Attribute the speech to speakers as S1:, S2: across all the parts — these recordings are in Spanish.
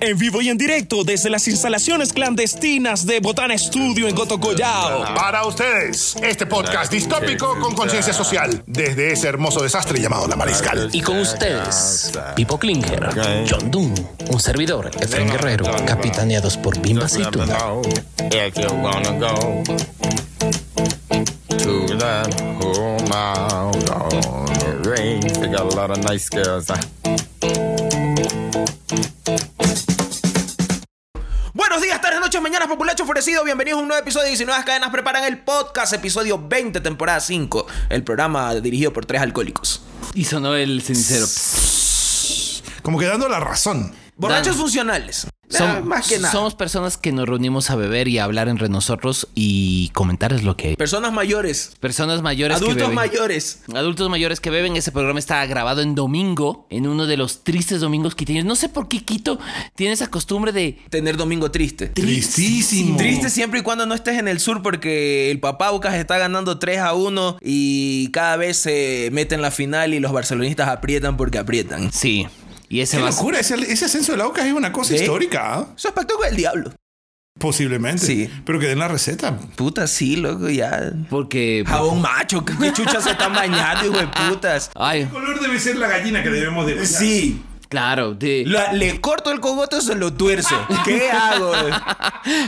S1: en vivo y en directo desde las instalaciones clandestinas de Botana Studio en Gotocollao.
S2: Para ustedes, este podcast distópico con conciencia social, desde ese hermoso desastre llamado La Mariscal.
S3: Y con ustedes, Pipo Klinger, John Doon, un servidor, Efren Guerrero, capitaneados por Bimba Cituna.
S4: If you wanna go to that whole mile on the range, they got a lot of nice girls.
S5: Buenos días, tardes, noches, mañanas, populacho ofrecido. Bienvenidos a un nuevo episodio de 19 Cadenas Preparan el Podcast, episodio 20, temporada 5. El programa dirigido por tres alcohólicos.
S6: Y sonó el cenicero.
S2: Como que dando la razón.
S5: Borrachos
S6: Dan.
S5: funcionales. Ah,
S6: Som-
S5: más que nada.
S6: Somos personas que nos reunimos a beber y a hablar entre nosotros y comentar es lo que hay.
S5: Personas mayores.
S6: Personas mayores que
S5: adultos
S6: beben.
S5: mayores.
S6: Adultos mayores que beben. Ese programa está grabado en domingo, en uno de los tristes domingos quiteños. No sé por qué Quito tiene esa costumbre de...
S5: Tener domingo triste.
S2: Tristísimo.
S5: Triste siempre y cuando no estés en el sur porque el Papaucas está ganando 3 a 1 y cada vez se mete en la final y los barcelonistas aprietan porque aprietan.
S6: Sí. Y ese
S2: Qué
S6: va...
S2: locura, ese, ese ascenso de la Aucas es una cosa
S5: ¿Sí?
S2: histórica. ¿ah?
S5: Eso es pacto con el diablo.
S2: Posiblemente.
S5: Sí.
S2: Pero que den la receta.
S5: Puta, sí, loco, ya.
S6: Porque...
S3: Ah,
S5: Jabón macho, qué chuchas se están bañando, hijo de putas.
S6: Ay,
S2: color debe ser la gallina que debemos de
S5: Sí,
S6: claro. De...
S5: la- le corto el cogote o se lo tuerzo. ¿Qué hago?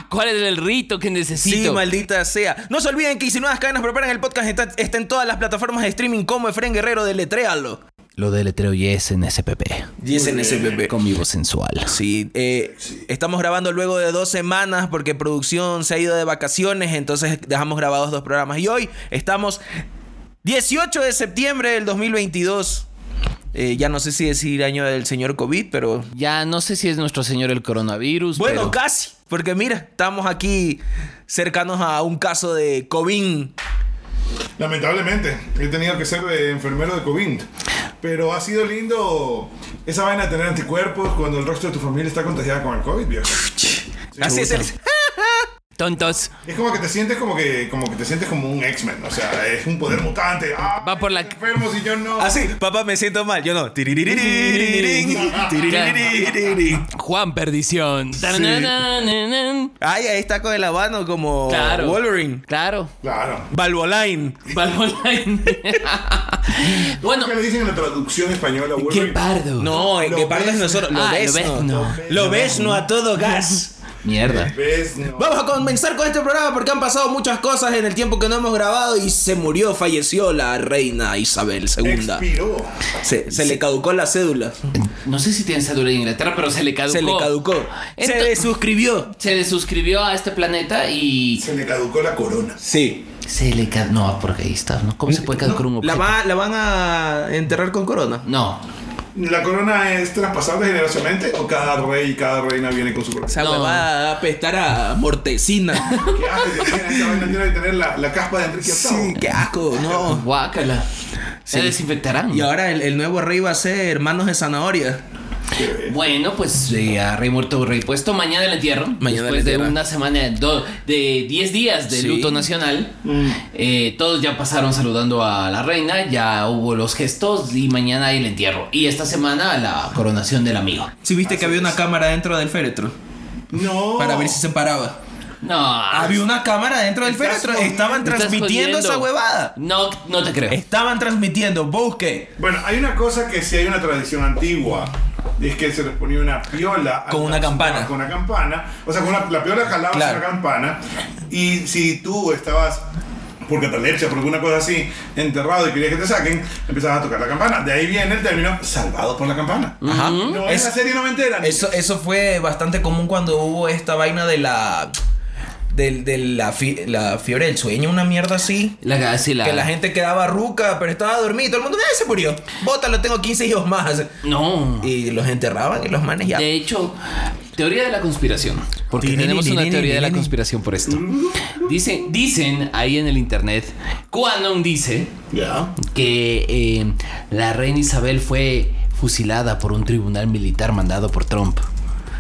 S6: ¿Cuál es el rito que necesito?
S5: Sí, maldita sea. No se olviden que 19 cadenas preparan el podcast. Está, está en todas las plataformas de streaming como Efren Guerrero de Letréalo.
S6: Lo de letreo y es en SPP.
S5: Y es en ese bebé.
S6: Con mi voz sensual.
S5: Sí, eh, estamos grabando luego de dos semanas porque producción se ha ido de vacaciones, entonces dejamos grabados dos programas. Y hoy estamos 18 de septiembre del 2022. Eh, ya no sé si decir año del señor COVID, pero
S6: Ya no sé si es nuestro señor el coronavirus. pero-
S5: bueno, casi. Porque mira, estamos aquí cercanos a un caso de COVID.
S2: Lamentablemente, he tenido que ser eh, enfermero de COVID. Pero ha sido lindo esa vaina de tener anticuerpos cuando el resto de tu familia está contagiada con el COVID, viejo.
S5: Así es el-
S6: Tontos.
S2: Es como que te sientes como que, como que te sientes como un X-Men. O sea, es un poder mutante. Ah,
S6: Va por la-
S2: Enfermos y yo no.
S5: Así, papá, me siento mal. Yo no. Tiririririn, tiririririn.
S6: Juan Perdición. Tarananan.
S5: Ay, ahí está con el habano como
S6: Claro.
S5: Wolverine.
S6: Claro.
S2: Claro.
S5: Valvoline.
S6: Valvoline. bueno,
S2: ¿Qué le dicen en la traducción española?
S6: qué
S2: Wolverine?
S6: pardo.
S5: No, el
S2: Lo
S5: que parla es
S2: ves,
S5: nosotros. Lo
S6: Ah,
S5: ves, no. Lo ves, no a todo gas.
S6: Mierda.
S2: ¿Ves? No.
S5: Vamos a comenzar con este programa porque han pasado muchas cosas en el tiempo que no hemos grabado y se murió, falleció la reina Isabel II.
S2: Expiró.
S5: Se, se le caducó la cédula.
S6: No sé si tiene cédula de Inglaterra, pero se le caducó.
S5: Se le caducó.
S6: Ento-
S5: se desuscribió.
S6: Se le suscribió a este planeta y
S2: Se le caducó la corona.
S5: Sí.
S6: se le caducó. No, porque ahí está, ¿no? ¿Cómo se puede caducar un
S5: La,
S6: objeto?
S5: va- la van a enterrar con corona.
S6: No,
S2: ¿La corona es traspasable generacionalmente o cada rey y cada reina viene con su corona?
S5: Esa
S6: No.
S5: huevada va a apestar a mortecina.
S2: ¿Qué haces? Esa vaina tiene que tener la, la caspa de Enrique
S5: sí,
S2: VIII.
S5: qué asco, no.
S6: guácala. Se desinfectarán.
S5: Y ahora el, el nuevo rey va a ser hermanos de zanahoria.
S6: Bueno, pues eh, a Rey Muerto Rey Puesto mañana el entierro.
S5: Mañana
S6: después
S5: el entierro.
S6: de una semana, do- de 10 días de
S5: Sí.
S6: luto nacional, eh, todos ya pasaron saludando a la reina, ya hubo los gestos y mañana el entierro. Y esta semana la coronación del amigo.
S5: Si viste que había una cámara dentro del féretro
S2: No.
S5: para ver si se paraba.
S6: No,
S5: Había una cámara dentro del
S2: Estás
S5: féretro.
S2: jodiendo.
S5: Estaban
S6: estás jodiendo.
S5: transmitiendo esa huevada. Eh,
S6: No, no te creo.
S5: Estaban transmitiendo. Busque.
S2: Bueno, hay una cosa que sí hay una tradición antigua. Y es que se les ponía una piola.
S5: Con una campana.
S2: Con una campana. O sea, con una- la piola jalaba
S5: Claro.
S2: una campana. Y si tú estabas por catalepsia, por alguna cosa así, enterrado y querías que te saquen, empezabas a tocar la campana. De ahí viene el término salvado por la campana.
S5: Ajá.
S2: No,
S5: Es-
S2: esa serie no me enteran.
S5: eso, eso fue bastante común cuando hubo esta vaina de la. De, de la, fi- la fiebre del sueño, una mierda así.
S6: La, sí, la-
S5: Que la gente quedaba ruca, pero estaba dormida. y Todo el mundo, ¡eh, se murió! Bótalo, tengo 15 hijos más.
S6: No.
S5: Y los enterraban y los manes ya.
S6: De hecho, teoría de la conspiración. Porque tenemos una teoría de la conspiración por esto. Dicen, dicen ahí en el internet, Quanon dice
S2: Ya.
S6: que eh, la reina Isabel fue fusilada por un tribunal militar mandado por Trump.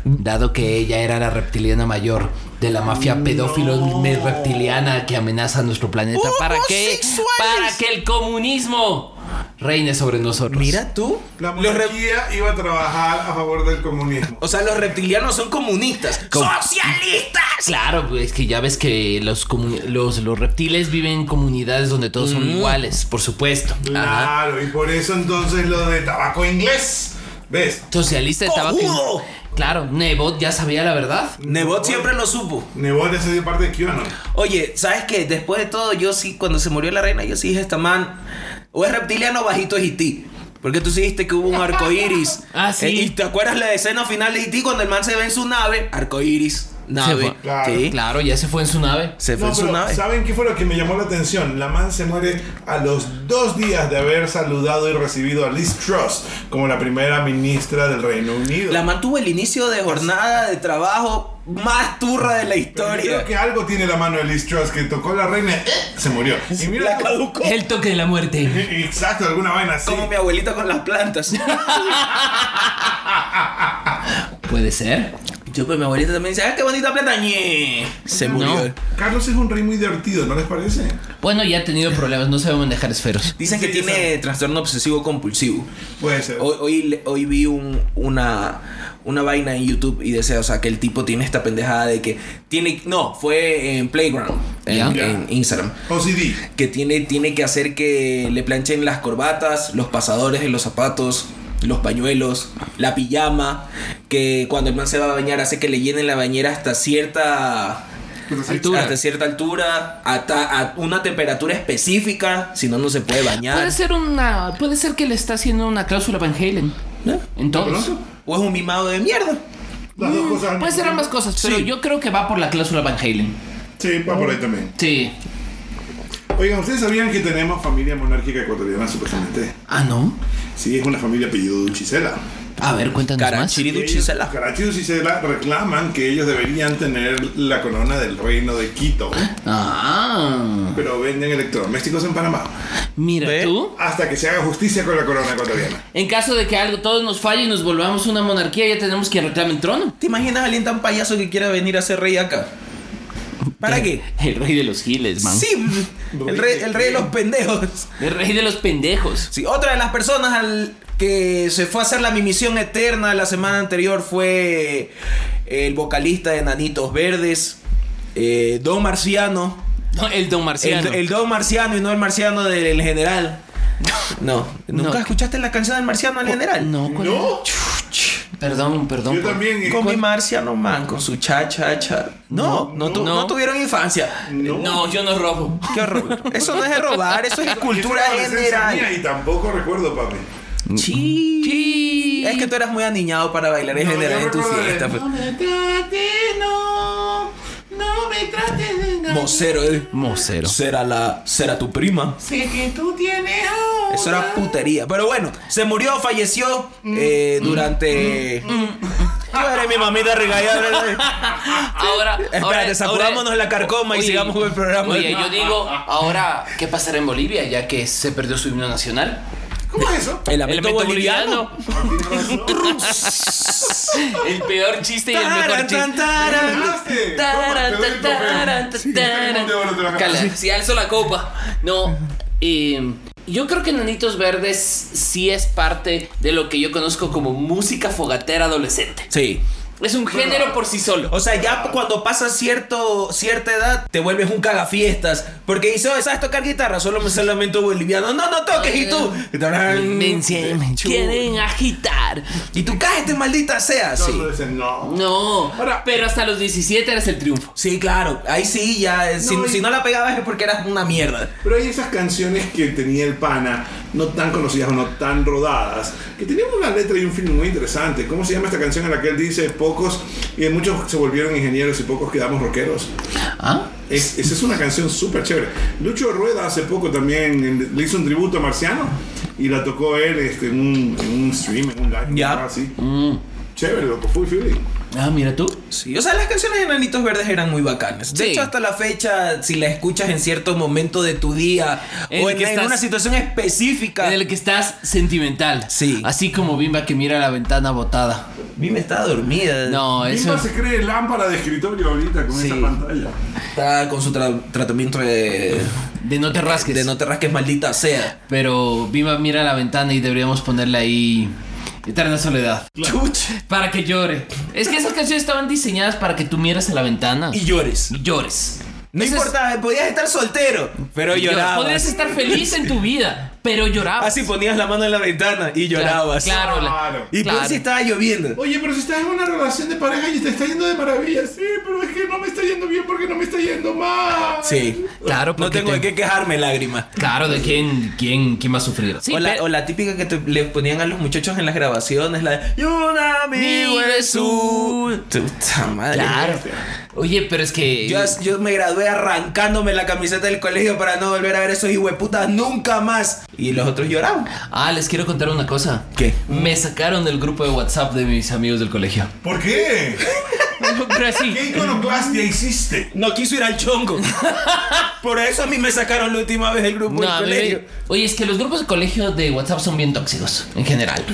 S6: Dado que ella era la reptiliana mayor de la mafia pedófilo me- reptiliana que amenaza a nuestro planeta. ¿Para qué?
S5: ¡Homosexuales!
S6: Para que el comunismo reine sobre nosotros.
S5: Mira tú.
S2: La
S5: Los re-
S2: monarquía iba a trabajar a favor del comunismo.
S5: o sea, los reptilianos son comunistas.
S6: Com-
S5: ¡Socialistas!
S6: Claro, pues, es que ya ves que los, comu- los, los reptiles viven en comunidades donde todos son iguales, por supuesto. Ajá.
S2: Claro, y por eso entonces lo de tabaco inglés. ¿Ves?
S6: Socialista de tabaco.
S5: ¡Cojudo!
S6: Claro, Nebot ya sabía la verdad.
S5: Nebot siempre lo supo.
S2: Nebot ya se dio parte de Kiono.
S5: Oye, ¿sabes qué? Después de todo, yo sí, cuando se murió la reina, yo sí dije, esta man, o es reptiliano o bajito es IT. Porque tú sí dijiste que hubo un arco iris. Eh,
S6: Ah, sí.
S5: ¿Y te acuerdas la escena final de IT cuando el man se ve en su nave? Arco iris,
S6: Se
S5: nave.
S6: fue.
S2: Claro.
S5: Sí.
S6: Claro, ya se fue en su nave.
S5: Se fue
S2: No,
S5: en su
S2: pero,
S5: nave.
S2: ¿Saben qué fue lo que me llamó la atención? La man se muere a los dos días de haber saludado y recibido a Liz Truss como la primera ministra del Reino Unido.
S5: La man tuvo el inicio de jornada de trabajo más turra de la
S2: Pero yo
S5: historia.
S2: Creo que algo tiene la mano de Liz Truss que tocó la reina, ¡eh! se murió. Y mira, Eh,
S5: La caducó.
S6: El toque de la muerte.
S2: Exacto, alguna vaina así.
S5: Como mi abuelita con las plantas.
S6: Puede ser.
S5: Yo, pues mi abuelita también dice, ¡ah, qué bonita planta! Ñe. Se murió.
S6: No.
S2: Carlos es un rey muy divertido, ¿no les parece?
S6: Bueno, ya ha tenido problemas, no sabe manejar esferos.
S5: Dicen que
S2: Sí,
S5: tiene trastorno obsesivo compulsivo.
S2: Puede ser.
S5: Hoy, hoy, le- hoy vi un- una, una vaina en YouTube y decía, o sea, que el tipo tiene esta pendejada de que tiene, no, fue en Playground, en,
S6: Ya.
S5: en Instagram,
S2: OCD.
S5: que tiene, tiene que hacer que le planchen las corbatas, los pasadores en los zapatos. Los pañuelos, la pijama, que cuando el man se va a bañar hace que le llenen la bañera hasta cierta
S6: Altura.
S5: hasta cierta altura, hasta a una temperatura específica, si no no se puede bañar.
S6: Puede ser una. Puede ser que le está haciendo una cláusula Van Halen.
S5: ¿No?
S6: En todos.
S5: O es un mimado de mierda.
S2: Las dos cosas.
S6: Puede
S2: al mismo
S6: ser
S2: tiempo.
S6: ambas cosas, pero
S5: Sí.
S6: yo creo que va por la cláusula Van Halen.
S2: Sí, va por ahí también.
S6: Sí.
S2: Oigan, ¿ustedes sabían que tenemos familia monárquica ecuatoriana, supuestamente?
S6: Ah, no.
S2: Sí, es una familia apellido Duchisela.
S6: A ver, cuéntanos más.
S5: Carachiri Duchisela.
S2: Caraccido y Cisela reclaman que ellos deberían tener la corona del reino de Quito,
S6: Ah,
S2: pero venden electrodomésticos en Panamá
S6: mira
S5: Ve.
S6: tú.
S2: hasta que se haga justicia con la corona ecuatoriana.
S6: En caso de que algo todos nos falle y nos volvamos una monarquía, ya tenemos quien reclame el trono.
S5: ¿Te imaginas a alguien tan payaso que quiera venir a ser rey acá? ¿Para qué?
S6: El rey de los giles, man.
S5: Sí, el rey, el rey de los pendejos.
S6: El rey de los pendejos.
S5: Sí, otra de las personas al que se fue a hacer la misión eterna la semana anterior fue eh, el vocalista de Nanitos Verdes, eh, Don Marciano.
S6: No, el don Marciano.
S5: El, el Don Marciano y no el Marciano del general. No, ¿nunca
S6: No. Oh,
S5: escuchaste la canción del Marciano al general?
S6: No, ¿cuál era?
S2: No,
S6: Perdón, perdón.
S2: yo también. eh,
S5: Con mi Marciano Man, con su cha cha cha. No, no, tu-
S6: no.
S5: no tuvieron infancia.
S2: No.
S6: No, yo no robo.
S5: Qué horror. Eso no es de robar, eso es cultura
S2: Esa es la adolescencia mía
S5: general.
S2: Y tampoco recuerdo, papi.
S5: Sí.
S6: Sí.
S5: Es que tú eras muy aniñado para bailar en
S2: No,
S5: general
S2: yo
S5: en tu
S2: recuerdo de-
S5: fiesta. pues.
S2: me
S5: Mocero, eh.
S6: Mocero.
S5: Será la. Será tu prima. Eso era putería. Pero bueno, se murió, falleció
S2: Mm.
S5: eh, durante. Tú eres mi mamita regalada.
S6: Ahora,
S5: Espérate, sacudámonos la carcoma y sigamos con el programa.
S6: Oye, yo digo, ahora, ¿qué pasará en Bolivia ya que se perdió su himno nacional?
S2: ¿Cómo es eso? Ah,
S5: El lamento boliviano.
S6: El peor chiste y el mejor
S5: Taran,
S6: chiste.
S5: tan, taran.
S2: Ganaste. Toma, te doy el
S6: Taran, taran,
S2: trofeo. Sí, te doy un euro, te lo
S6: taran.
S2: ganas.
S6: Cala, Si alzo la copa. No. eh, yo creo que Nanitos Verdes sí es parte de lo que yo conozco como música fogatera adolescente.
S5: Sí.
S6: Es un género por sí solo.
S5: O sea, ya cuando pasas cierto, cierta edad, te vuelves un cagafiestas. Porque dice, "Oh, ¿sabes tocar guitarra? Solo me sé el lamento boliviano. No, no toques. Y tú.
S6: Me encien- Mm, quieren agitar.
S5: Y tú cállate, maldita sea. Sí.
S2: No, dicen, no.
S6: No,
S2: Ahora-
S6: pero hasta los 17 eres el triunfo.
S5: Sí, claro. Ahí sí, ya. eh, si,
S2: No, y-
S5: si no la pegabas es porque eras una mierda.
S2: Pero hay esas canciones que tenía el pana, no tan conocidas o no tan rodadas, que tenían una letra y un film muy interesante. ¿Cómo se llama esta canción en la que él dice pocos y muchos se volvieron ingenieros y pocos quedamos rockeros?
S6: ¿Ah?
S2: Es- esa es una canción súper chévere. Lucho Rueda hace poco también en- le hizo un tributo a Marciano y la tocó él este, en, un, en un stream, en un live,
S5: Ya. Mm.
S2: algo así. Chévere, loco, full feeling.
S6: Ah, mira tú.
S5: Sí, o sea, las canciones de Enanitos Verdes eran muy bacanas. De
S6: Sí.
S5: hecho, hasta la fecha, si la escuchas en cierto momento de tu día
S6: En
S5: o
S6: el
S5: en,
S6: que
S5: en
S6: estás-
S5: una situación específica.
S6: En el que estás sentimental.
S5: Sí.
S6: Así como Bimba que mira la ventana botada.
S5: Bimba está dormida.
S6: No, eso.
S2: Eh, Bimba se cree lámpara de escritorio ahorita con
S5: Sí.
S2: esa pantalla.
S5: Está con su tra- tratamiento de
S6: De no te rasques.
S5: De no te rasques, maldita sea.
S6: Pero Viva mira la ventana y deberíamos ponerle ahí Eterna Soledad.
S5: Chuch.
S6: Para que llore. Es que esas canciones estaban diseñadas para que tú mieras a la ventana
S5: Y llores.
S6: y llores.
S5: No
S6: Ese es-
S5: importa, podías estar soltero, pero
S6: llor-
S5: llorabas.
S6: Podrías estar feliz en tu vida, pero llorabas.
S5: Así ponías la mano en la ventana y
S6: Claro,
S5: llorabas.
S6: Claro, la-
S2: Claro.
S5: Y
S6: claro.
S5: por si estaba lloviendo.
S2: Oye, pero si estás en una relación de pareja y te está yendo de maravilla, sí, pero es que no me está yendo bien porque no me está yendo mal.
S5: Sí.
S6: Claro,
S5: No
S6: porque
S5: tengo de
S6: te-
S5: qué quejarme, lágrima.
S6: Claro, de quién, quién, quién va a sufrir. Sí,
S5: o, la,
S6: pero-
S5: o la típica que te- le ponían a los muchachos en las grabaciones, la de Y un amigo eres tú. Puta madre.
S6: Claro. Oye, pero es que.
S5: Yo, yo me gradué arrancándome la camiseta del colegio para no volver a ver esos hijueputas nunca más. Y los otros lloraban.
S6: Ah, les quiero contar una cosa.
S5: ¿Qué?
S6: Me sacaron del grupo de WhatsApp de mis amigos del colegio.
S2: ¿Por qué?
S6: pero así.
S2: ¿Qué iconoclastia hiciste?
S5: No quiso ir al chongo. Por eso a mí me sacaron la última vez del
S6: No,
S5: grupo del
S6: a mí me-
S5: colegio.
S6: Oye, es que los grupos de colegio de WhatsApp son bien tóxicos, en general.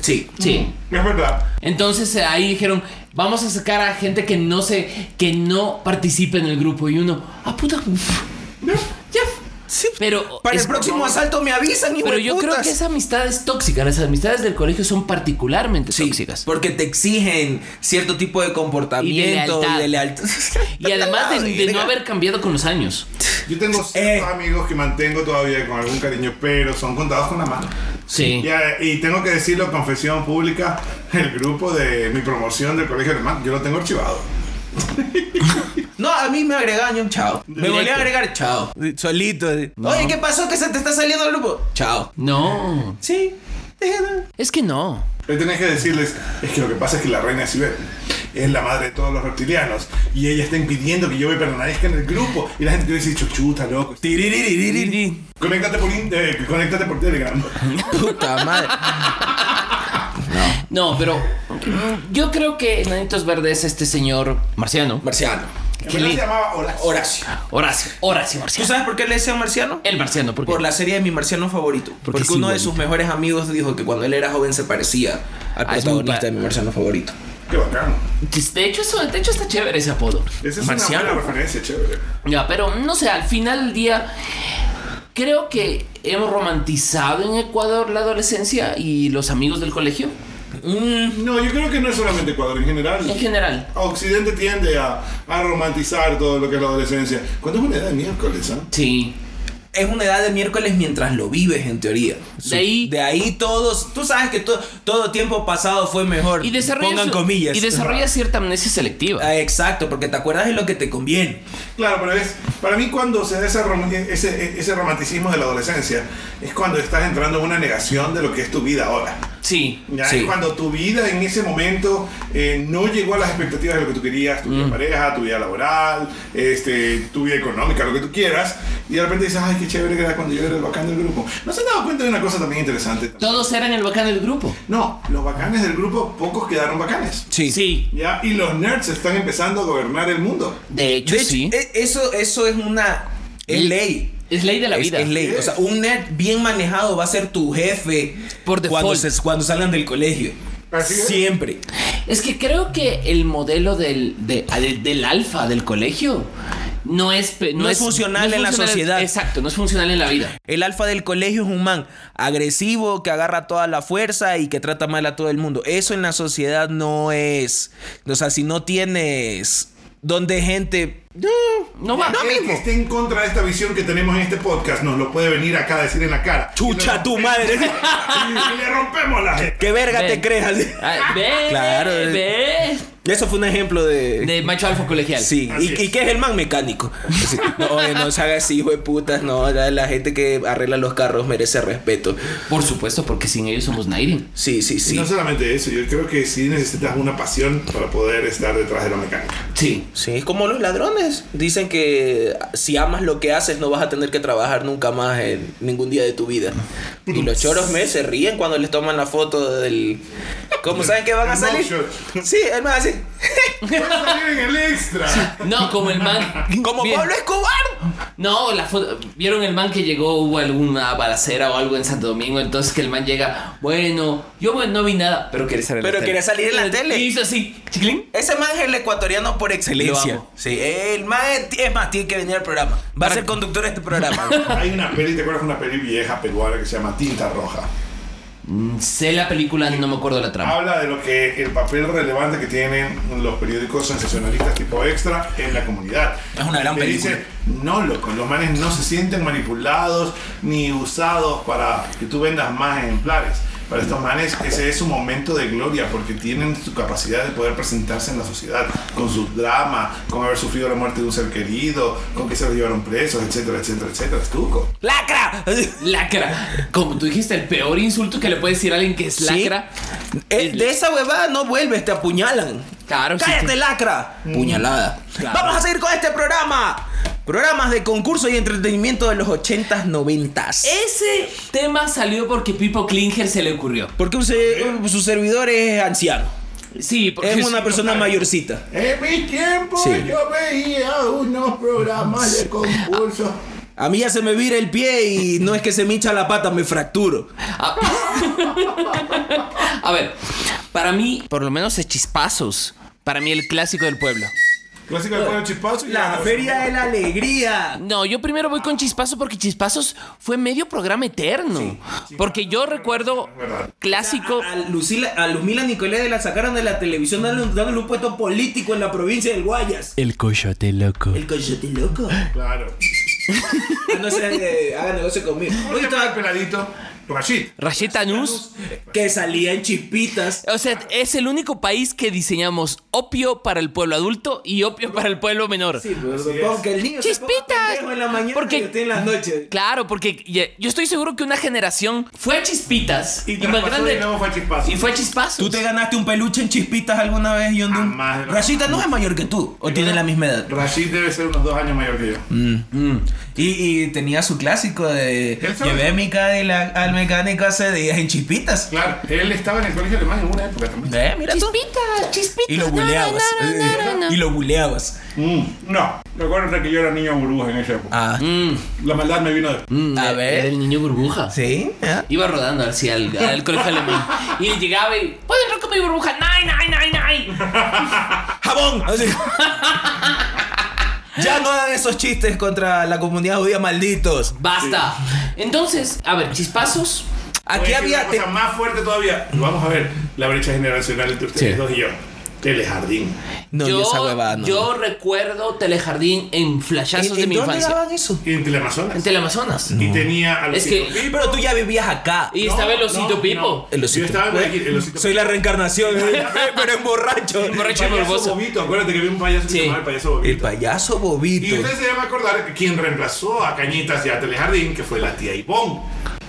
S5: Sí.
S6: Sí.
S2: Es verdad.
S6: Entonces eh, ahí dijeron, vamos a sacar a gente que no se, que no participe en el grupo. Y uno, ah, puta. uf, Ya.
S5: Sí.
S6: Pero
S5: Para
S6: es-
S5: el próximo asalto me avisan,
S6: Pero yo creo que esa amistad es tóxica. Las amistades del colegio son particularmente
S5: Sí,
S6: tóxicas.
S5: porque te exigen cierto tipo de comportamiento
S6: lealtad.
S5: y de lealtad.
S6: Y además de, de no
S5: Verga.
S6: haber cambiado con los años.
S2: Yo tengo
S5: Eh.
S2: cinco amigos que mantengo todavía con algún cariño, pero son contados con la mano.
S6: Sí.
S2: Ya, Y, tengo que decirlo, confesión pública, el grupo de mi promoción del colegio alemán, yo lo tengo archivado.
S5: No, a mí me agregaron un chao. Me
S6: Directo.
S5: volví a agregar chao. Solito. Oye, ¿qué pasó? ¿Que se te está saliendo el grupo? Chao.
S6: No.
S5: Sí.
S6: Es que no.
S2: Le tenés que decirles, es que lo que pasa es que la reina Sibel es la madre de todos los reptilianos y ella está impidiendo que yo me permanezca en el grupo y la gente dice, chuchuta, loco.
S5: Tiririririri.
S2: Conéctate por, in- eh, conéctate por Telegram.
S5: Puta madre.
S6: No, pero mm, yo creo que Nanitos Verdes, este señor marciano.
S5: Marciano.
S2: En
S6: Qué
S2: verdad se
S6: lindo.
S2: llamaba Horacio.
S5: Horacio.
S6: Horacio, Horacio
S5: ¿Tú
S6: Marciano.
S5: sabes por qué le decían marciano?
S6: El marciano, porque.
S5: Por la serie de mi marciano favorito.
S6: Porque
S5: Porque,
S6: es
S5: uno de
S6: igualito.
S5: sus mejores amigos dijo que cuando él era joven se parecía al
S6: Ah, es muy
S5: protagonista
S6: pa-
S5: de mi marciano favorito.
S2: Qué bacano.
S6: De hecho, eso, de hecho está chévere ese apodo.
S2: Esa es
S5: Marciano.
S2: una buena referencia, chévere.
S6: Ya, pero no sé, al final del día. Creo que hemos romantizado en Ecuador la adolescencia y los amigos del colegio.
S5: Mm.
S2: No, yo creo que no es solamente Ecuador, en general.
S6: En general.
S2: Occidente tiende a, a romantizar todo lo que es la adolescencia. ¿Cuándo es una edad de miércoles? ah?
S6: Sí.
S5: Es una edad de miércoles mientras lo vives, en teoría.
S6: De ahí-
S5: De ahí todos. Tú sabes que to- todo tiempo pasado fue mejor.
S6: Y desarrolla,
S5: Pongan
S6: su-
S5: comillas.
S6: y desarrolla cierta amnesia selectiva.
S5: Ah, Exacto, porque te acuerdas de lo que te conviene.
S2: Claro, pero es, para mí cuando se da esa rom- ese, ese romanticismo de la adolescencia es cuando estás entrando en una negación de lo que es tu vida ahora.
S5: Ah.
S6: Sí.
S2: Ya
S5: Sí.
S2: Es cuando tu vida en ese momento eh, no llegó a las expectativas de lo que tú querías, tu vida
S5: Mm.
S2: de pareja, tu vida laboral, este, tu vida económica, lo que tú quieras, y de repente dices, ay, qué chévere que era cuando yo era el bacán del grupo. ¿No se han dado cuenta de una cosa también interesante?
S6: Todos eran el bacán del grupo.
S2: No, los bacanes del grupo, pocos quedaron bacanes.
S6: Sí.
S2: Ya, y los nerds están empezando a gobernar el mundo.
S6: De hecho,
S5: De hecho,
S6: sí.
S5: e- Eso, eso es una. Es ley.
S6: Es ley de la
S5: Es-
S6: vida.
S5: Es, ley. O sea, un net bien manejado va a ser tu jefe
S6: Por
S5: cuando,
S6: default.
S5: se- cuando salgan del colegio.
S2: Así es.
S5: Siempre.
S6: Es que creo que el modelo del, de- a- del, del alfa del colegio no es, pe-
S5: No es funcional en la sociedad.
S6: Exacto, no es funcional en la vida.
S5: El alfa del colegio es un man agresivo que agarra toda la fuerza y que trata mal a todo el mundo. Eso en la sociedad no es. O sea, si no tienes donde gente.
S6: No va.
S2: El que esté en contra de esta visión que tenemos en este podcast nos lo puede venir acá a decir en la cara.
S5: ¡Chucha tu madre!
S2: Y le rompemos la gente.
S5: ¡Qué verga
S6: Ven.
S5: te creas!
S6: Ah, ve,
S5: Claro.
S6: ve.
S5: Eso fue un ejemplo de.
S6: De macho alfa colegial.
S5: Sí,
S2: Así
S5: ¿Y,
S2: es.
S5: y qué es el man mecánico? Así, no, oye, no se haga así, hijo de putas, no, la, la gente que arregla los carros merece respeto.
S6: Por supuesto, porque sin ellos somos Nairi.
S5: Sí, sí,
S2: Y
S5: sí.
S2: no solamente eso, yo creo que sí necesitas una pasión para poder estar detrás de la mecánica.
S6: Sí.
S5: Sí, es como los ladrones. Dicen que si amas lo que haces no vas a tener que trabajar nunca más en ningún día de tu vida. Y los choros me se ríen cuando les toman la foto del. ¿Cómo saben que van a
S2: El
S5: salir?
S2: mugshot.
S5: Sí, es más así.
S2: Va a salir en el extra.
S6: No, como el man.
S5: Como
S6: Bien.
S5: Pablo Escobar.
S6: No, la foto- ¿Vieron el man que llegó? Hubo alguna balacera o algo en Santo Domingo. Entonces que el man llega. Bueno, yo bueno, no vi nada, pero quería salir en la
S5: Pero
S6: tele.
S5: quería salir en la
S6: Y
S5: tele.
S6: hizo así, chiclín.
S5: Ese man es el ecuatoriano por
S6: Lo
S5: excelencia.
S6: amo.
S5: Sí, el man es más, tiene que venir al programa. Va a ser conductor de este programa.
S2: Hay una peli, ¿te acuerdas de una peli vieja peruana que se llama Tinta Roja?
S6: Sé la película, no me acuerdo la trama.
S2: Habla de lo que el papel relevante que tienen los periódicos sensacionalistas tipo extra en la comunidad.
S5: Es una gran
S2: Que
S5: película.
S2: Dice, no, loco, los manes no se sienten manipulados ni usados para que tú vendas más ejemplares. Para estos manes ese es su momento de gloria porque tienen su capacidad de poder presentarse en la sociedad con su drama, con haber sufrido la muerte de un ser querido, con que se lo llevaron presos, etcétera, etcétera, etcétera. Es tuco.
S5: ¡Lacra!
S6: Lacra. Como tú dijiste, el peor insulto que le puede decir a alguien que es lacra.
S5: Eh, de esa huevada no vuelves, te apuñalan.
S6: Claro, sí,
S5: ¡Cállate,
S6: sí.
S5: lacra! Puñalada.
S6: Claro.
S5: Vamos a seguir con este programa. Programas de concurso y entretenimiento de los 80s, 90s.
S6: Ese tema salió porque Pipo Klinger se le ocurrió.
S5: Porque un se- un- su servidor es anciano.
S6: Sí, porque
S5: Es una persona mayorcita.
S2: En mi tiempo
S5: Sí.
S2: yo veía unos programas de concurso.
S5: A mí ya se me vira el pie y no es que se me hincha la pata, me fracturo.
S6: A, A ver, para mí, por lo menos es chispazos. Para mí el clásico del pueblo.
S2: Clásico del pueblo chispazo y
S5: La feria de la alegría.
S6: No, yo primero voy con Chispazos porque Chispazos fue medio programa eterno. Porque yo recuerdo
S2: verdad.
S6: clásico.
S5: A, Lucila, a Luzmila Nicolás la sacaron de la televisión dándole, dándole un puesto político en la provincia del Guayas.
S6: El coyote loco.
S5: El coyote loco.
S2: Claro.
S5: Ah, No se haga negocio conmigo.
S2: ¿Cómo se
S5: Hoy
S2: llama el
S5: estaba-
S2: peladito? Rashid.
S6: Rashid Anus.
S5: que salía en chispitas.
S6: O sea, es el único país que diseñamos opio para el pueblo adulto y opio para el pueblo menor.
S5: Sí, pero porque el niño
S6: Chispitas.
S5: se ponga pendejo en la mañana
S6: Porque-
S5: y usted en la noche.
S6: Claro, porque ya- yo estoy seguro que una generación fue a Chispitas y,
S2: Y,
S6: más grande.
S2: luego fue a chispazo.
S6: Y fue a Chispazos.
S5: ¿Tú te ganaste un peluche en chispitas alguna vez, Yondun?
S2: Jamás.
S5: Rashida no es mayor que tú, o tiene la misma edad. Mm,
S2: Rashid debe ser unos dos años mayor que yo.
S5: Y, y tenía su clásico de
S2: Él sabe.
S5: llevé mi Cadillac al mecánico hace días en chispitas.
S2: Claro, él estaba en el colegio alemán en una época también.
S5: Eh, mira tú.
S6: Chispitas, chispitas.
S5: Y lo
S6: na, na,
S5: buleabas.
S6: na, na, na, na.
S5: Y lo buleabas.
S2: Mm, no, recuerda que yo era niño burbuja en esa época.
S5: Ah,
S2: La maldad me vino de.
S6: Mm,
S5: A
S6: era-
S5: ver.
S6: Era Mm, el niño burbuja.
S5: ¿Eh? sí. ah.
S6: Iba rodando hacia el, al colegio alemán. Y él llegaba y. ¿Puedo entrar con mi burbuja? ¡Nay, nay, nay, nay!
S5: ¡Jabón! Así. ya no hagan esos chistes contra la comunidad judía, malditos.
S6: ¡Basta! Entonces, a ver, chispazos.
S5: Aquí
S2: Voy a decir
S5: había.
S2: Una
S5: te-
S2: cosa más fuerte todavía. Vamos a ver la brecha generacional entre ustedes
S6: Sí.
S2: dos y yo. Telejardín.
S5: No, yo, esa huevada no.
S6: yo recuerdo Telejardín en
S5: ¿En-
S6: flashazos de
S5: en
S6: mi
S5: dónde
S6: infancia.
S5: daban eso?
S2: Y en Teleamazonas.
S6: En Teleamazonas.
S2: Y tenía a los
S6: Es que-
S2: hijos.
S5: Sí, pero tú ya vivías acá.
S6: Y estaba el osito
S2: no,
S6: Pipo.
S2: no.
S5: El osito.
S2: Yo estaba en Guayaquil, el osito
S5: Soy la reencarnación, ¿eh? pero en borracho.
S6: Borracho y
S2: El payaso
S6: morboso.
S2: bobito, acuérdate que había un payaso que
S6: Sí.
S2: se llamaba el payaso
S5: El
S2: bobito.
S5: payaso bobito.
S2: y usted se debe acordar que quien reemplazó a Cañitas y a Telejardín, que fue la tía Ivonne.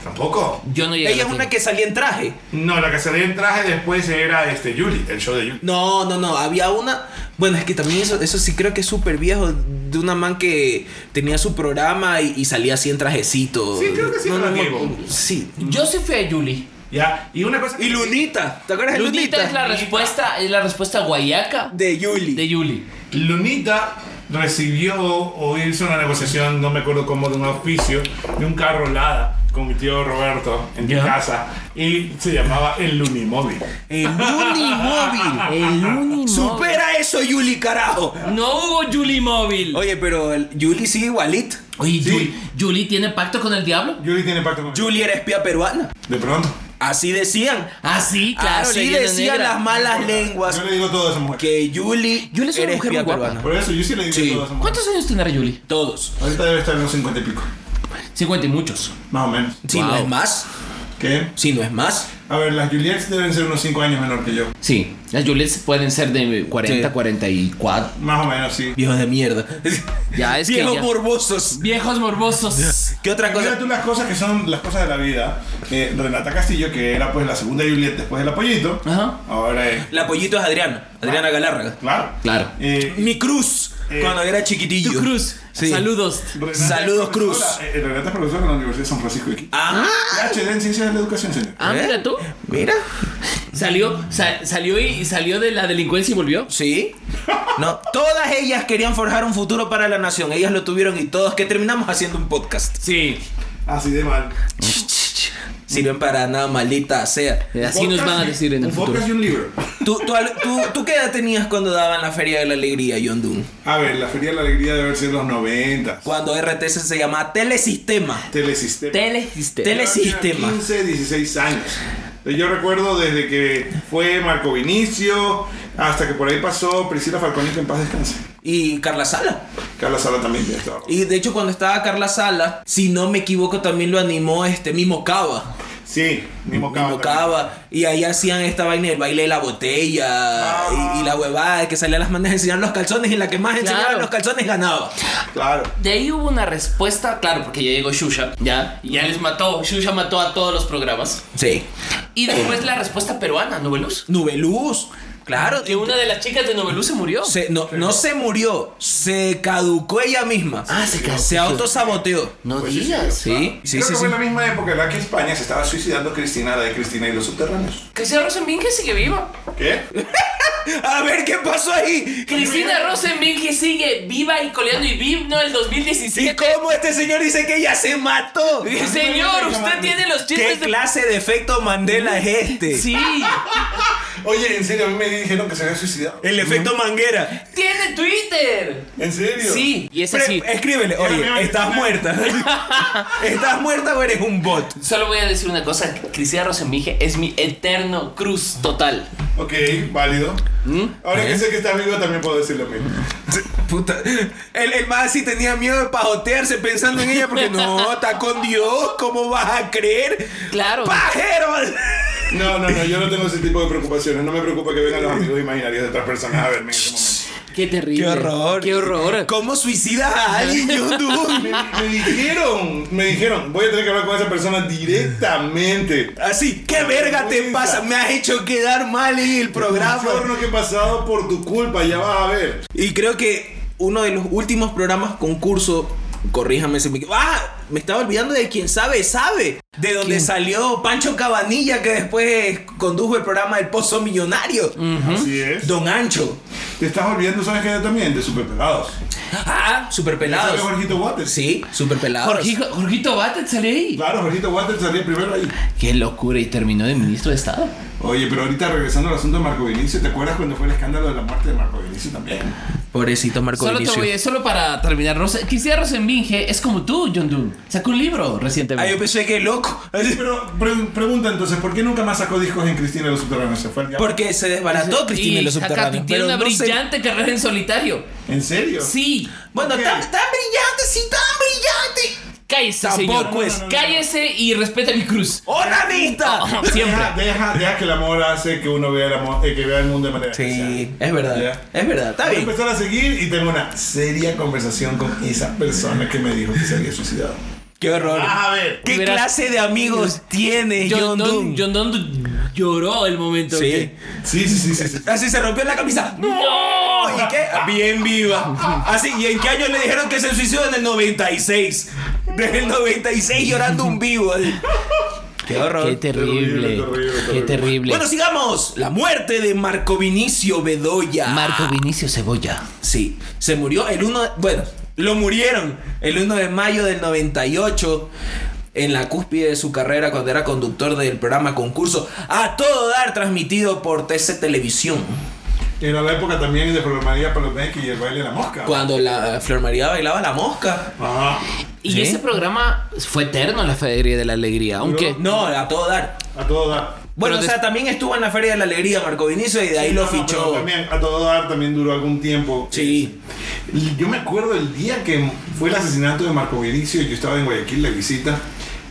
S2: Tampoco.
S6: Yo no llegué. a
S5: Ella es
S6: la
S5: una
S6: tienda.
S5: que salía en traje.
S2: No, la que salía en traje después era este Yuli, el show de Yuli.
S5: No, no, no. Había una. Bueno, es que también eso, eso sí creo que es súper viejo. De una man que tenía su programa y, y salía así en trajecito.
S2: Sí, creo que sí,
S5: No, no,
S2: era
S5: no,
S2: Diego.
S5: Sí.
S6: Yo se fui a Yuli.
S2: Ya, y una cosa.
S5: Y Lunita. ¿Te acuerdas de Lunita?
S6: Lunita es la respuesta, es la respuesta guayaca
S5: De Yuli.
S6: de Yuli.
S2: Lunita recibió o hizo una negociación, no me acuerdo cómo, de un auspicio, de un carro Lada con mi tío Roberto en mi
S6: Ya.
S2: casa y se llamaba el Lunimóvil.
S5: El Unimóvil.
S6: El Unimóvil.
S5: Supera eso, Yuli, carajo.
S6: No hubo Yuli móvil.
S5: Oye, pero el Yuli sigue igualito.
S6: Oye,
S2: Sí.
S6: Yuli, Yuli tiene pacto con el diablo.
S2: Yuli tiene pacto con
S5: Yuli era espía peruana.
S2: De pronto.
S5: Así decían.
S6: Ah, sí, claro.
S5: Así
S6: leyenda
S5: decían
S6: negra.
S5: las malas lenguas
S2: Yo le digo todo a esa mujer.
S5: que Yuli.
S6: Yuli es una
S5: era
S6: mujer
S5: espía
S6: muy guapa.
S5: peruana.
S2: Por eso yo sí le digo
S5: Sí.
S2: todo a esa mujer.
S6: ¿Cuántos años tendrá Yuli?
S5: Todos.
S2: Ahorita debe estar en los 50 y pico.
S6: 50 y muchos.
S2: Más o menos.
S5: Si no
S6: Wow.
S5: es más.
S2: ¿Qué?
S5: Si no es más.
S2: A ver, las Juliets deben ser unos 5 años menor que yo.
S6: Sí, las Juliettes pueden ser de 40,
S5: Sí.
S6: 44.
S2: Más o menos, sí.
S5: Viejos de mierda.
S6: Ya, es que
S5: Viejos
S6: ya.
S5: morbosos.
S6: Viejos morbosos.
S5: ¿Qué otra
S2: Mira
S5: cosa?
S2: tú las cosas que son las cosas de la vida. Eh, Renata Castillo, que era pues la segunda Juliet después del apoyito.
S6: Ajá.
S2: Ahora es.
S5: La pollito es Adriana. Adriana Galárraga.
S2: Claro.
S6: Claro.
S2: Eh,
S5: Mi cruz.
S2: Eh.
S5: Cuando era chiquitillo.
S6: Tu cruz.
S5: Sí.
S6: Saludos.
S2: Renata
S5: Saludos,
S2: es profesora-
S5: Cruz.
S2: eh, Renata es profesora de la Universidad de San Francisco de Quito.
S5: Ah,
S2: PhD en Ciencias de la Educación, señor.
S6: Ah,
S5: ¿Eh?
S6: mira tú.
S5: mira.
S6: Salió, sa- salió y salió de la delincuencia y volvió.
S5: Sí. No, todas ellas querían forjar un futuro para la nación. Ellas lo tuvieron y todos que terminamos haciendo un podcast.
S6: Sí.
S2: Así de mal.
S5: Sirven para nada, maldita sea.
S6: Así nos van a decir en el
S2: Un podcast
S6: futuro.
S2: y un libro.
S5: ¿Tú, tú, al- tú- tú qué edad tenías cuando daban la Feria de la Alegría, John Doon?
S2: A ver, la Feria de la Alegría debe haber sido en los 90.
S5: Cuando RTC se llamaba Telesistema.
S2: Telesistema.
S5: Tele-
S6: Telesistema.
S5: Telesistema.
S2: 15, 16 años. Yo recuerdo desde que fue Marco Vinicio hasta que por ahí pasó Priscila Falconi, que en paz descanse.
S5: Y Carla Sala.
S2: Carla Sala también ya estaba.
S5: Y de hecho, cuando estaba Carla Sala, si no me equivoco, también lo animó este mismo Cava.
S2: Sí, Mimo Cava.
S5: Mimo Cava. Y ahí hacían esta vaina el baile de la botella
S2: Ah.
S5: y, y la huevada de que salían las manas a enseñar los calzones y la que más enseñaba
S6: Claro.
S5: los calzones ganaba.
S2: también. Claro.
S6: De ahí hubo una respuesta, claro, porque ya llegó Shusha, ya, y ya les mató. Shusha mató a todos los programas.
S5: Sí.
S6: Y después la respuesta peruana, Noveluz.
S5: Nubeluz. Claro.
S6: Que una de las chicas de Noveluz se murió.
S5: Se- no, no se murió, se caducó ella misma.
S6: Ah, se caducó.
S5: Se autosaboteó.
S6: No
S2: Pues sí,
S6: digas.
S2: sí,
S5: Sí, sí,
S2: Creo
S5: sí. sí.
S2: que fue en la misma época en la que España se estaba suicidando Cristina, la de Cristina y los subterráneos.
S6: Cristina Rosenbinge sigue viva.
S2: ¿Qué?
S5: A ver qué pasó ahí.
S6: Cristina Rosenbinge sigue viva y coleando y vino el
S5: ¿Y
S6: 2017.
S5: cómo este señor dice que ella se mató?
S6: Señor, usted tiene los
S5: ¿Qué
S6: chistes de...
S5: clase de efecto Mandela es este?
S6: Sí,
S2: Oye, en serio, a mí me dijeron que se había suicidado.
S5: El efecto manguera.
S6: tiene Twitter.
S2: ¿En serio?
S6: Sí, eh, y es
S5: Pre-
S6: así.
S5: Escríbele,
S2: mira,
S5: oye, estás
S2: mira.
S5: muerta. ¿Estás muerta o eres un bot?
S6: Solo voy a decir una cosa, Cristina Rosenbinge es mi eterno cruz total.
S2: Ok, válido.
S5: ¿Mm?
S2: Ahora
S5: ¿Eh?
S2: que sé que estás vivo, también puedo decir lo mismo.
S5: Puta. El, el más así tenía miedo de pajotearse pensando en ella porque no, está con Dios, ¿cómo vas a creer?
S6: Claro.
S5: ¡Pajero!
S2: No, no, no, yo no tengo ese tipo de preocupaciones. No me preocupa que vengan los amigos imaginarios de otras personas a verme en este momento.
S6: Qué terrible.
S5: ¡Qué horror!
S6: Qué horror.
S5: ¿Cómo suicidas a alguien, YouTube?
S2: Me dijeron, me dijeron, voy a tener que hablar con esa persona directamente.
S5: Así, ¿qué verga te
S2: vergüenza.
S5: pasa? Me has hecho quedar mal en el programa.
S2: Lo que he pasado por tu culpa, ya vas a ver.
S5: Y creo que uno de los últimos programas concurso, corríjame si me equivoco. Ah, me estaba olvidando de quien sabe, sabe. De donde salió Pancho Cabanilla, que después condujo el programa El Pozo Millonario.
S6: Mm.
S2: Así es.
S5: Don Ancho.
S2: Te estás olvidando, ¿sabes qué? También de superpelados.
S5: Ah, super
S2: ¿Sabes
S5: pelados.
S2: Jorgito Waters?
S5: Ah, Sí, super pelados.
S6: Jorgito, Jorgito Batet salió ahí.
S2: Claro, Jorgito Waters salía primero ahí.
S6: Qué locura, y terminó de ministro de Estado.
S2: Oye, pero ahorita regresando al asunto de Marco Vinicio, ¿te acuerdas cuando fue el escándalo de la muerte de Marco Vinicio también?
S5: Pobrecito Marco
S6: Solo, te
S5: Vinicio.
S6: voy a- solo para terminar, Rose- Cristina Rosenbinge es como tú, John Doon. Sacó un libro
S5: Ah, yo
S6: recientemente.
S5: pensé que loco.
S2: Sí, pero pre- pregunta entonces, ¿por qué nunca más sacó discos en Cristina y los subterráneos? Se fue al diablo.
S5: Porque se desbarató Cristina y los
S6: Hakati
S5: subterráneos.
S6: tiene
S5: pero
S6: una
S5: no sé-
S6: brillante carrera en solitario.
S2: ¿En serio?
S6: Sí.
S5: Bueno,
S2: Ok.
S5: tan, tan brillante, sí, tan brillante.
S6: Cállese,
S5: Tampoco
S6: señor.
S5: es- Oh,
S6: Cállese y respeta mi cruz.
S5: ¡Onanista!
S6: Siempre.
S2: Deja, deja, deja que el amor hace que uno vea el, amor- eh, que vea el mundo de manera
S5: Sí,
S2: especial.
S5: es verdad.
S2: Ya.
S5: Es verdad, está
S2: Voy a
S5: bien.
S2: empezar a seguir y tengo una seria conversación con esa persona que me dijo que se había suicidado.
S5: Qué horror.
S6: Ah,
S2: A ver.
S5: ¿Qué
S6: Verás-
S5: clase de amigos tiene John
S6: John Don,
S5: Doon?
S6: John Don lloró el momento.
S5: Sí.
S6: que-
S2: Sí, sí, sí, sí. sí.
S5: Así se rompió la camisa. ¡No! ¿Y qué? Bien viva. Así, ¿y en qué año le dijeron que se suicidó? En el 96. Desde el 96 llorando un vivo. así. Qué horror.
S6: Qué terrible.
S2: Terrible, terrible,
S6: Qué
S2: terrible.
S6: terrible.
S5: Bueno, sigamos. La muerte de Marco Vinicio Bedoya.
S6: Marco Vinicio Cebolla.
S5: Sí, se murió el 1 de- Bueno, lo murieron el 1 de mayo del 98 en la cúspide de su carrera cuando era conductor del programa Concurso a todo dar transmitido por TC Televisión.
S2: Era la época también de Palomaría Palomeque y el baile de la mosca.
S5: Cuando la Flor María bailaba la mosca.
S2: Ajá.
S6: Y
S5: Sí.
S6: ese programa fue eterno en la Feria de la Alegría. Aunque.
S5: No, a todo dar.
S2: A todo dar.
S5: Bueno,
S6: Pero
S5: o sea, también estuvo en la Feria de la Alegría Marco Vinicio y de ahí lo
S2: No, no,
S5: fichó.
S2: pero También, a todo dar también duró algún tiempo.
S5: Sí.
S2: Y Yo me acuerdo el día que fue el asesinato de Marco Vinicio, yo estaba en Guayaquil de visita,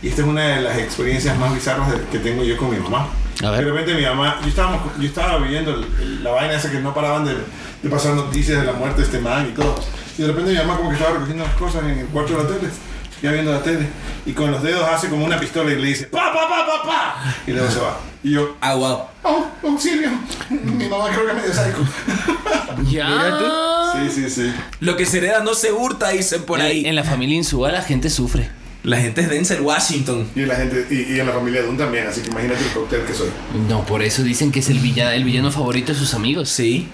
S2: y esta es una de las experiencias más bizarras de- que tengo yo con mi mamá.
S6: A ver.
S2: De repente mi mamá, yo estaba, yo estaba viviendo el- el- la vaina esa que no paraban de, de pasar noticias de la muerte de este man y todo. Y de repente mi mamá como que estaba recogiendo las cosas en el cuarto de la tele, ya viendo la tele, y con los dedos hace como una pistola y le dice, pa, pa, pa, pa, pa, y luego se va. Y yo,
S5: Ah, wow.
S2: oh, auxilio, mi mamá creo que me dio psycho.
S6: Ya.
S2: Sí, sí, sí.
S5: Lo que se hereda no se hurta, dicen por
S6: En-
S5: ahí.
S6: En la familia Insúa la gente sufre.
S5: La gente es Denzel Washington.
S2: Y la gente, y, y en la familia de un también, así que imagínate el cóctel que soy.
S6: No, por eso dicen que es el villano, el villano favorito de sus amigos.
S5: Sí.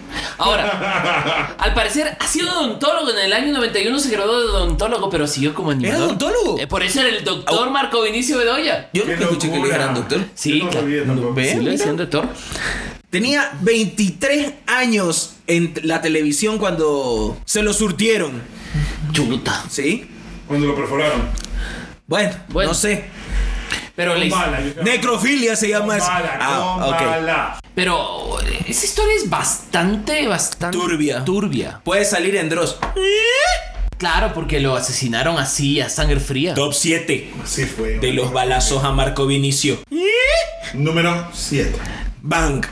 S6: Ahora, al parecer ha sido odontólogo. En el año 91 se graduó de odontólogo, pero siguió como animador.
S5: odontólogo?
S6: Eh, por eso era el doctor Marco Vinicio Bedoya.
S5: Yo nunca escuché que le dijeran doctor.
S6: Sí,
S2: Yo no
S6: claro.
S2: sabía tampoco.
S5: Ve,
S6: Sí, lo
S5: mira.
S6: decían doctor.
S5: Tenía 23 años en t- la televisión cuando se lo surtieron.
S6: Chuta.
S5: ¿Sí?
S2: Cuando lo perforaron.
S5: Bueno,
S6: Bueno.
S5: no sé.
S6: Pero, la his-
S2: Bala, yo creo.
S5: Necrofilia se llama eso.
S2: Bala,
S5: Ah,
S2: no
S5: ok.
S2: bala.
S6: pero eh, esa historia es bastante, bastante
S5: Turbia.
S6: turbia.
S5: Puede salir en Dross.
S6: Claro, porque lo asesinaron así, a sangre fría.
S5: Top 7
S2: Así fue.
S5: de los balazos a Marco Vinicio.
S2: Número 7.
S5: Bang.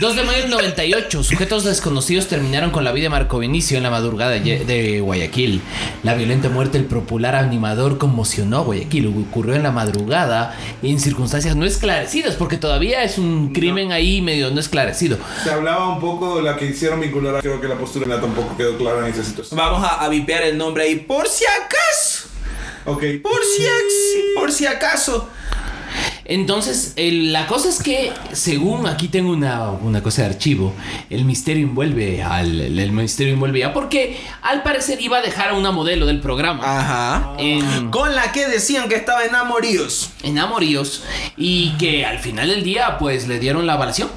S6: 2 de mayo del 98, sujetos desconocidos terminaron con la vida de Marco Vinicio en la madrugada de de Guayaquil. La violenta muerte del popular animador conmocionó a Guayaquil. Ocurrió en la madrugada en circunstancias no esclarecidas, porque todavía es un crimen ahí medio no esclarecido.
S2: Se hablaba un poco de la que hicieron vincular. Creo que la postura la tampoco quedó clara en esa situación.
S5: Vamos a, a vipear el nombre ahí. Por si acaso.
S2: Ok.
S5: Por si, ac- por si acaso.
S6: Entonces, el- la cosa es que, según aquí tengo una, una cosa de archivo, el misterio envuelve al el, el misterio envuelve a- porque al parecer iba a dejar a una modelo del programa.
S5: Ajá.
S6: En,
S5: Con la que decían que estaba en amoríos.
S6: en amoríos y que al final del día pues le dieron la avalación.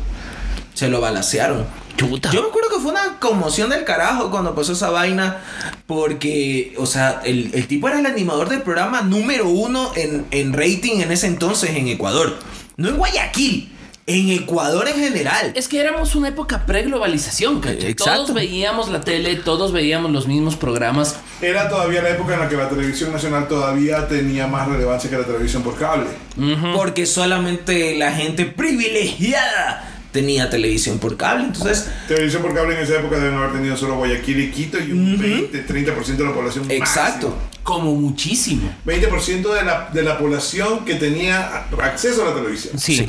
S5: Se lo balacearon.
S6: Chuta.
S5: Yo me acuerdo que fue una conmoción del carajo cuando pasó esa vaina. Porque, o sea, el, el tipo era el animador del programa número uno en, en rating en ese entonces en Ecuador. No en Guayaquil, en Ecuador en general.
S6: Es que éramos una época pre-globalización, ¿cachai?
S5: Eh, exacto.
S6: Todos veíamos la tele, todos veíamos los mismos programas.
S2: Era todavía la época en la que la televisión nacional todavía tenía más relevancia que la televisión por cable.
S5: Porque solamente la gente privilegiada tenía televisión por cable. Entonces,
S2: Televisión por cable en esa época deben haber tenido solo Guayaquil y Quito y un 20, 30% de la población.
S5: exacto.
S2: máximo.
S6: Como muchísimo.
S2: 20% de la, de la población que tenía acceso a la televisión.
S6: sí.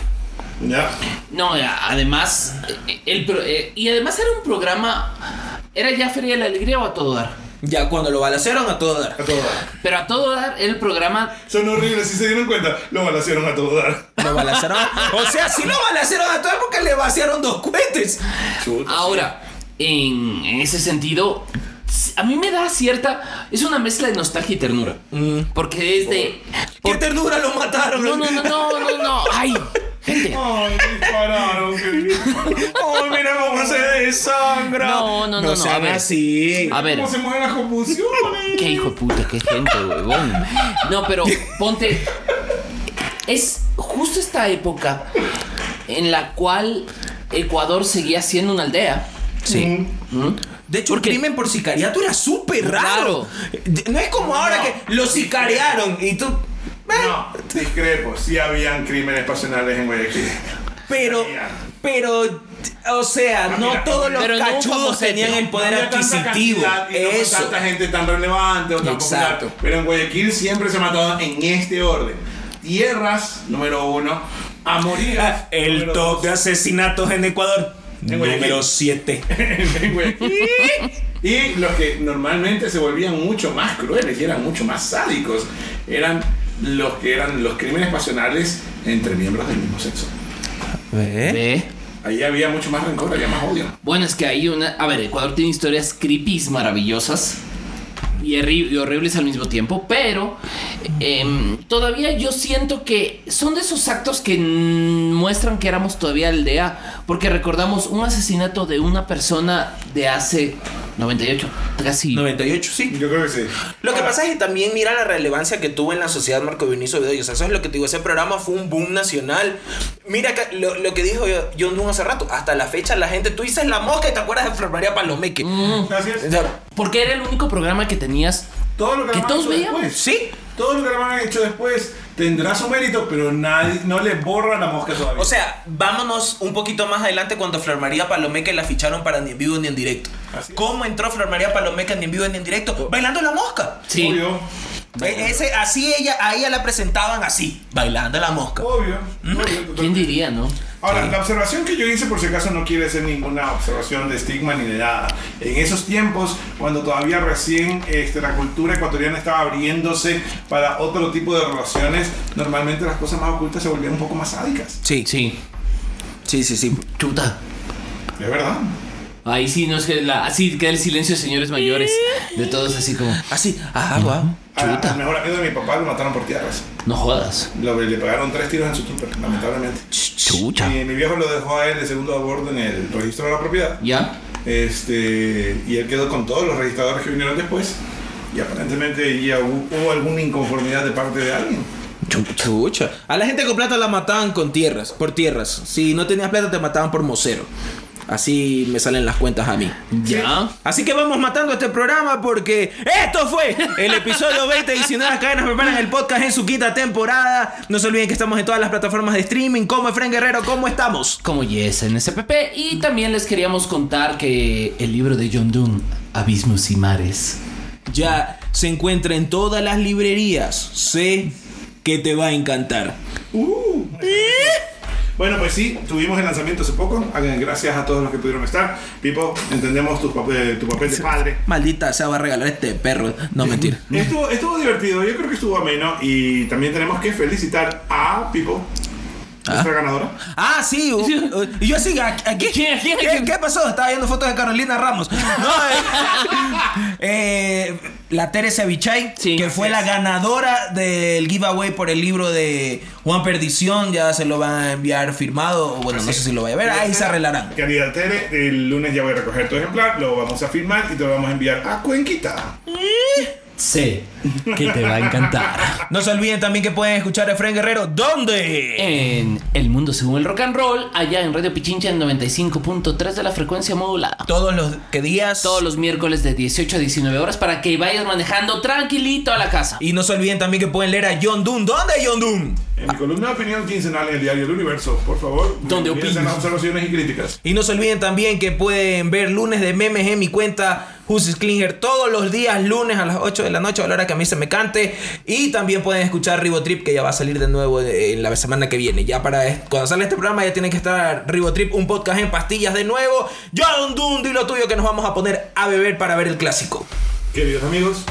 S2: ¿Ya?
S6: No, eh, además, eh, el, pro- eh, y además era un programa, era ya Feria de la Alegría o a todo dar.
S5: Ya cuando lo balacearon a todo dar.
S2: A todo dar.
S6: Pero a todo dar era el programa,
S2: Son horribles, si se dieron cuenta, lo balacearon a todo dar.
S5: Lo balacearon. o sea, si lo balacearon a todo porque le vaciaron dos cohetes.
S6: ahora, en, en ese sentido, s- a mí me da cierta, es una mezcla de nostalgia y ternura. Porque es de...
S5: Mm. Oh. Por ternura lo mataron.
S6: No, no, no, no, no, no, ay, gente.
S2: Ay, dispararon, querido.
S5: ¡Oh, mira cómo se desangra!
S6: No, no, no, no,
S5: sean
S6: a ver.
S5: así.
S6: A ver,
S2: ¿Cómo se mueven las convulsiones?
S6: Qué hijo de puta, qué gente, huevón. No, pero ponte. Es justo esta época en la cual Ecuador seguía siendo una aldea.
S5: Sí. De hecho, el
S6: Porque-
S5: crimen por sicariato era súper raro.
S6: Raro.
S5: No es como ahora que lo sicariaron y tú. eh,
S2: No, discrepo, sí habían crímenes pasionales en Guayaquil.
S5: Pero, pero, o sea, no
S2: Ah, mira,
S5: todos los
S6: pero no un
S5: cachudos
S6: famosete.
S5: tenían el poder
S2: No había tanta
S5: adquisitivo.
S2: cantidad y no fue
S5: Eso.
S2: tanta gente tan relevante o tan popular.
S5: Exacto.
S2: Pero en Guayaquil siempre se mataba en este orden. Tierras, número uno. A morir.
S5: Ah, El top de asesinatos en Ecuador.
S2: En Guayaquil.
S5: Número 7.
S2: En Guayaquil. Y los que normalmente se volvían mucho más crueles y eran mucho más sádicos eran los que eran los crímenes pasionales entre miembros del mismo sexo.
S5: ¿Eh?
S6: ¿Ve?
S2: Ahí había mucho más rencor, había más odio.
S6: Bueno, es que hay una. A ver, Ecuador tiene historias creepy maravillosas y, horri- y horribles al mismo tiempo, pero em, todavía yo siento que son de esos actos que mm, muestran que éramos todavía aldea, porque recordamos un asesinato de una persona de hace 98, casi.
S5: 98, sí.
S2: Yo creo que sí.
S5: Lo que pasa es que también mira la relevancia que tuvo en la sociedad Marco Vinicio Bedoya. O sea, eso es lo que te digo. Ese programa fue un boom nacional. Mira que- lo, lo que dijo yo- John Doon hace rato. Hasta la fecha la gente, tú dices la mosca y te acuerdas de Enfermería Palomeque.
S2: Gracias.
S5: O sea,
S6: Porque era el único programa que tenías.
S2: Todo lo que,
S6: Que
S2: Alamán
S6: todos
S2: hizo
S6: veíamos.
S2: después.
S5: sí.
S2: Todo lo que Alamán ha hecho después tendrá su mérito, pero nadie no le borra la mosca todavía.
S5: O sea, vámonos un poquito más adelante cuando Flor María Palomeque la ficharon para ni en vivo ni en directo.
S2: Así es. Oh.
S5: ¿Cómo entró Flor María Palomeque ni en vivo ni en directo? Bailando la mosca.
S6: Sí.
S2: Obvio,
S5: E- Ese, así ella, a ella la presentaban así, bailando la mosca.
S2: obvio, obvio.
S5: Mm.
S6: ¿Quién
S2: totalmente.
S6: diría, no?
S2: Ahora, la observación que yo hice, por si acaso, no quiere ser ninguna observación de estigma ni de nada. En esos tiempos, cuando todavía recién este, la cultura ecuatoriana estaba abriéndose para otro tipo de relaciones, normalmente las cosas más ocultas se volvían un poco más sádicas.
S5: Sí,
S6: Sí.
S5: sí, sí, sí.
S6: Chuta.
S2: ¿Es verdad?
S6: Ahí sí, no es que la, así queda el silencio de señores mayores. De todos así como,
S5: Así, ah, wow.
S2: A- Al mejor amigo de mi papá lo mataron por tierras.
S6: no jodas.
S2: Lo- le pegaron tres tiros en su trooper, lamentablemente.
S6: Chuta.
S2: Y mi viejo lo dejó a él de segundo a bordo en el registro de la propiedad.
S6: ¿Ya?
S2: Este, y él quedó con todos los registradores que vinieron después. Y aparentemente ya hubo, hubo alguna inconformidad de parte de alguien.
S5: Chu- Chucha. A la gente con plata la mataban con tierras, por tierras. Si no tenías plata te mataban por mocero. Así me salen las cuentas a mí.
S6: ¿Ya?
S5: Así que vamos matando este programa porque esto fue el episodio 20 y si nuevas cadenas preparan el podcast en su quinta temporada. No se olviden que estamos en todas las plataformas de streaming. Como Efren Guerrero, ¿cómo estamos?
S6: Como Yes en SPP. Y también les queríamos contar que el libro de John Doon, Abismos y Mares.
S5: Ya se encuentra en todas las librerías. Sé que te va a encantar.
S2: Bueno, pues sí, tuvimos el lanzamiento hace poco. Hagan Gracias a todos los que pudieron estar. Pipo, entendemos tu papel, eh, tu papel de padre.
S5: Maldita se va a regalar este perro. No, mentira.
S2: Estuvo, estuvo divertido, yo creo que estuvo ameno. Y también tenemos que felicitar a Pipo, nuestra ganadora.
S5: Ah, sí. u- u- y yo así, ¿a- a qué?
S6: ¿Qué- qué-
S5: ¿Qué- qué pasó? Estaba viendo fotos de Carolina Ramos. No, eh, eh, la Teresa Bichay,
S6: Sí.
S5: que fue la ganadora del giveaway por el libro de Juan Perdición, ya se lo van a enviar firmado. o Bueno, no sé si lo vaya a ver, ahí se arreglarán.
S2: Querida Tere, el lunes ya voy a recoger tu ejemplar, lo vamos a firmar y te lo vamos a enviar a Cuenquita.
S6: Sé que te va a encantar.
S5: No se olviden también que pueden escuchar a Efraín Guerrero. ¿Dónde?
S6: Eh. En El Mundo Según el Rock and Roll, allá en Radio Pichincha en 95.3 de la frecuencia modulada.
S5: Todos los que días.
S6: Todos los miércoles de 18 a 19 horas para que vayas manejando tranquilito a la casa.
S5: Y no se olviden también que pueden leer a John Doom. ¿Dónde, John Doom?
S2: En mi columna de opinión quincenal en el diario El Universo, por favor.
S6: Donde
S2: piensen
S6: opino.
S2: las observaciones y críticas.
S5: Y no se olviden también que pueden ver lunes de memes en mi cuenta Justice Klinger todos los días, lunes a las 8 de la noche, a la hora que a mí se me cante. Y también pueden escuchar Ribotrip, que ya va a salir de nuevo eh, en la semana que viene. Ya para est- cuando sale este programa, ya tiene que estar Ribotrip, un podcast en pastillas de nuevo. John Doom, di lo tuyo que nos vamos a poner a beber para ver el clásico.
S2: Queridos amigos,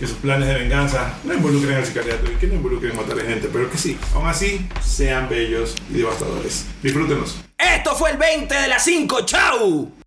S2: que sus planes de venganza no involucren al sicariato y que no involucren matar a gente, pero que sí, aún así, sean bellos y devastadores. Disfrútenlos.
S5: Esto fue el 20 de las 5, ¡chau!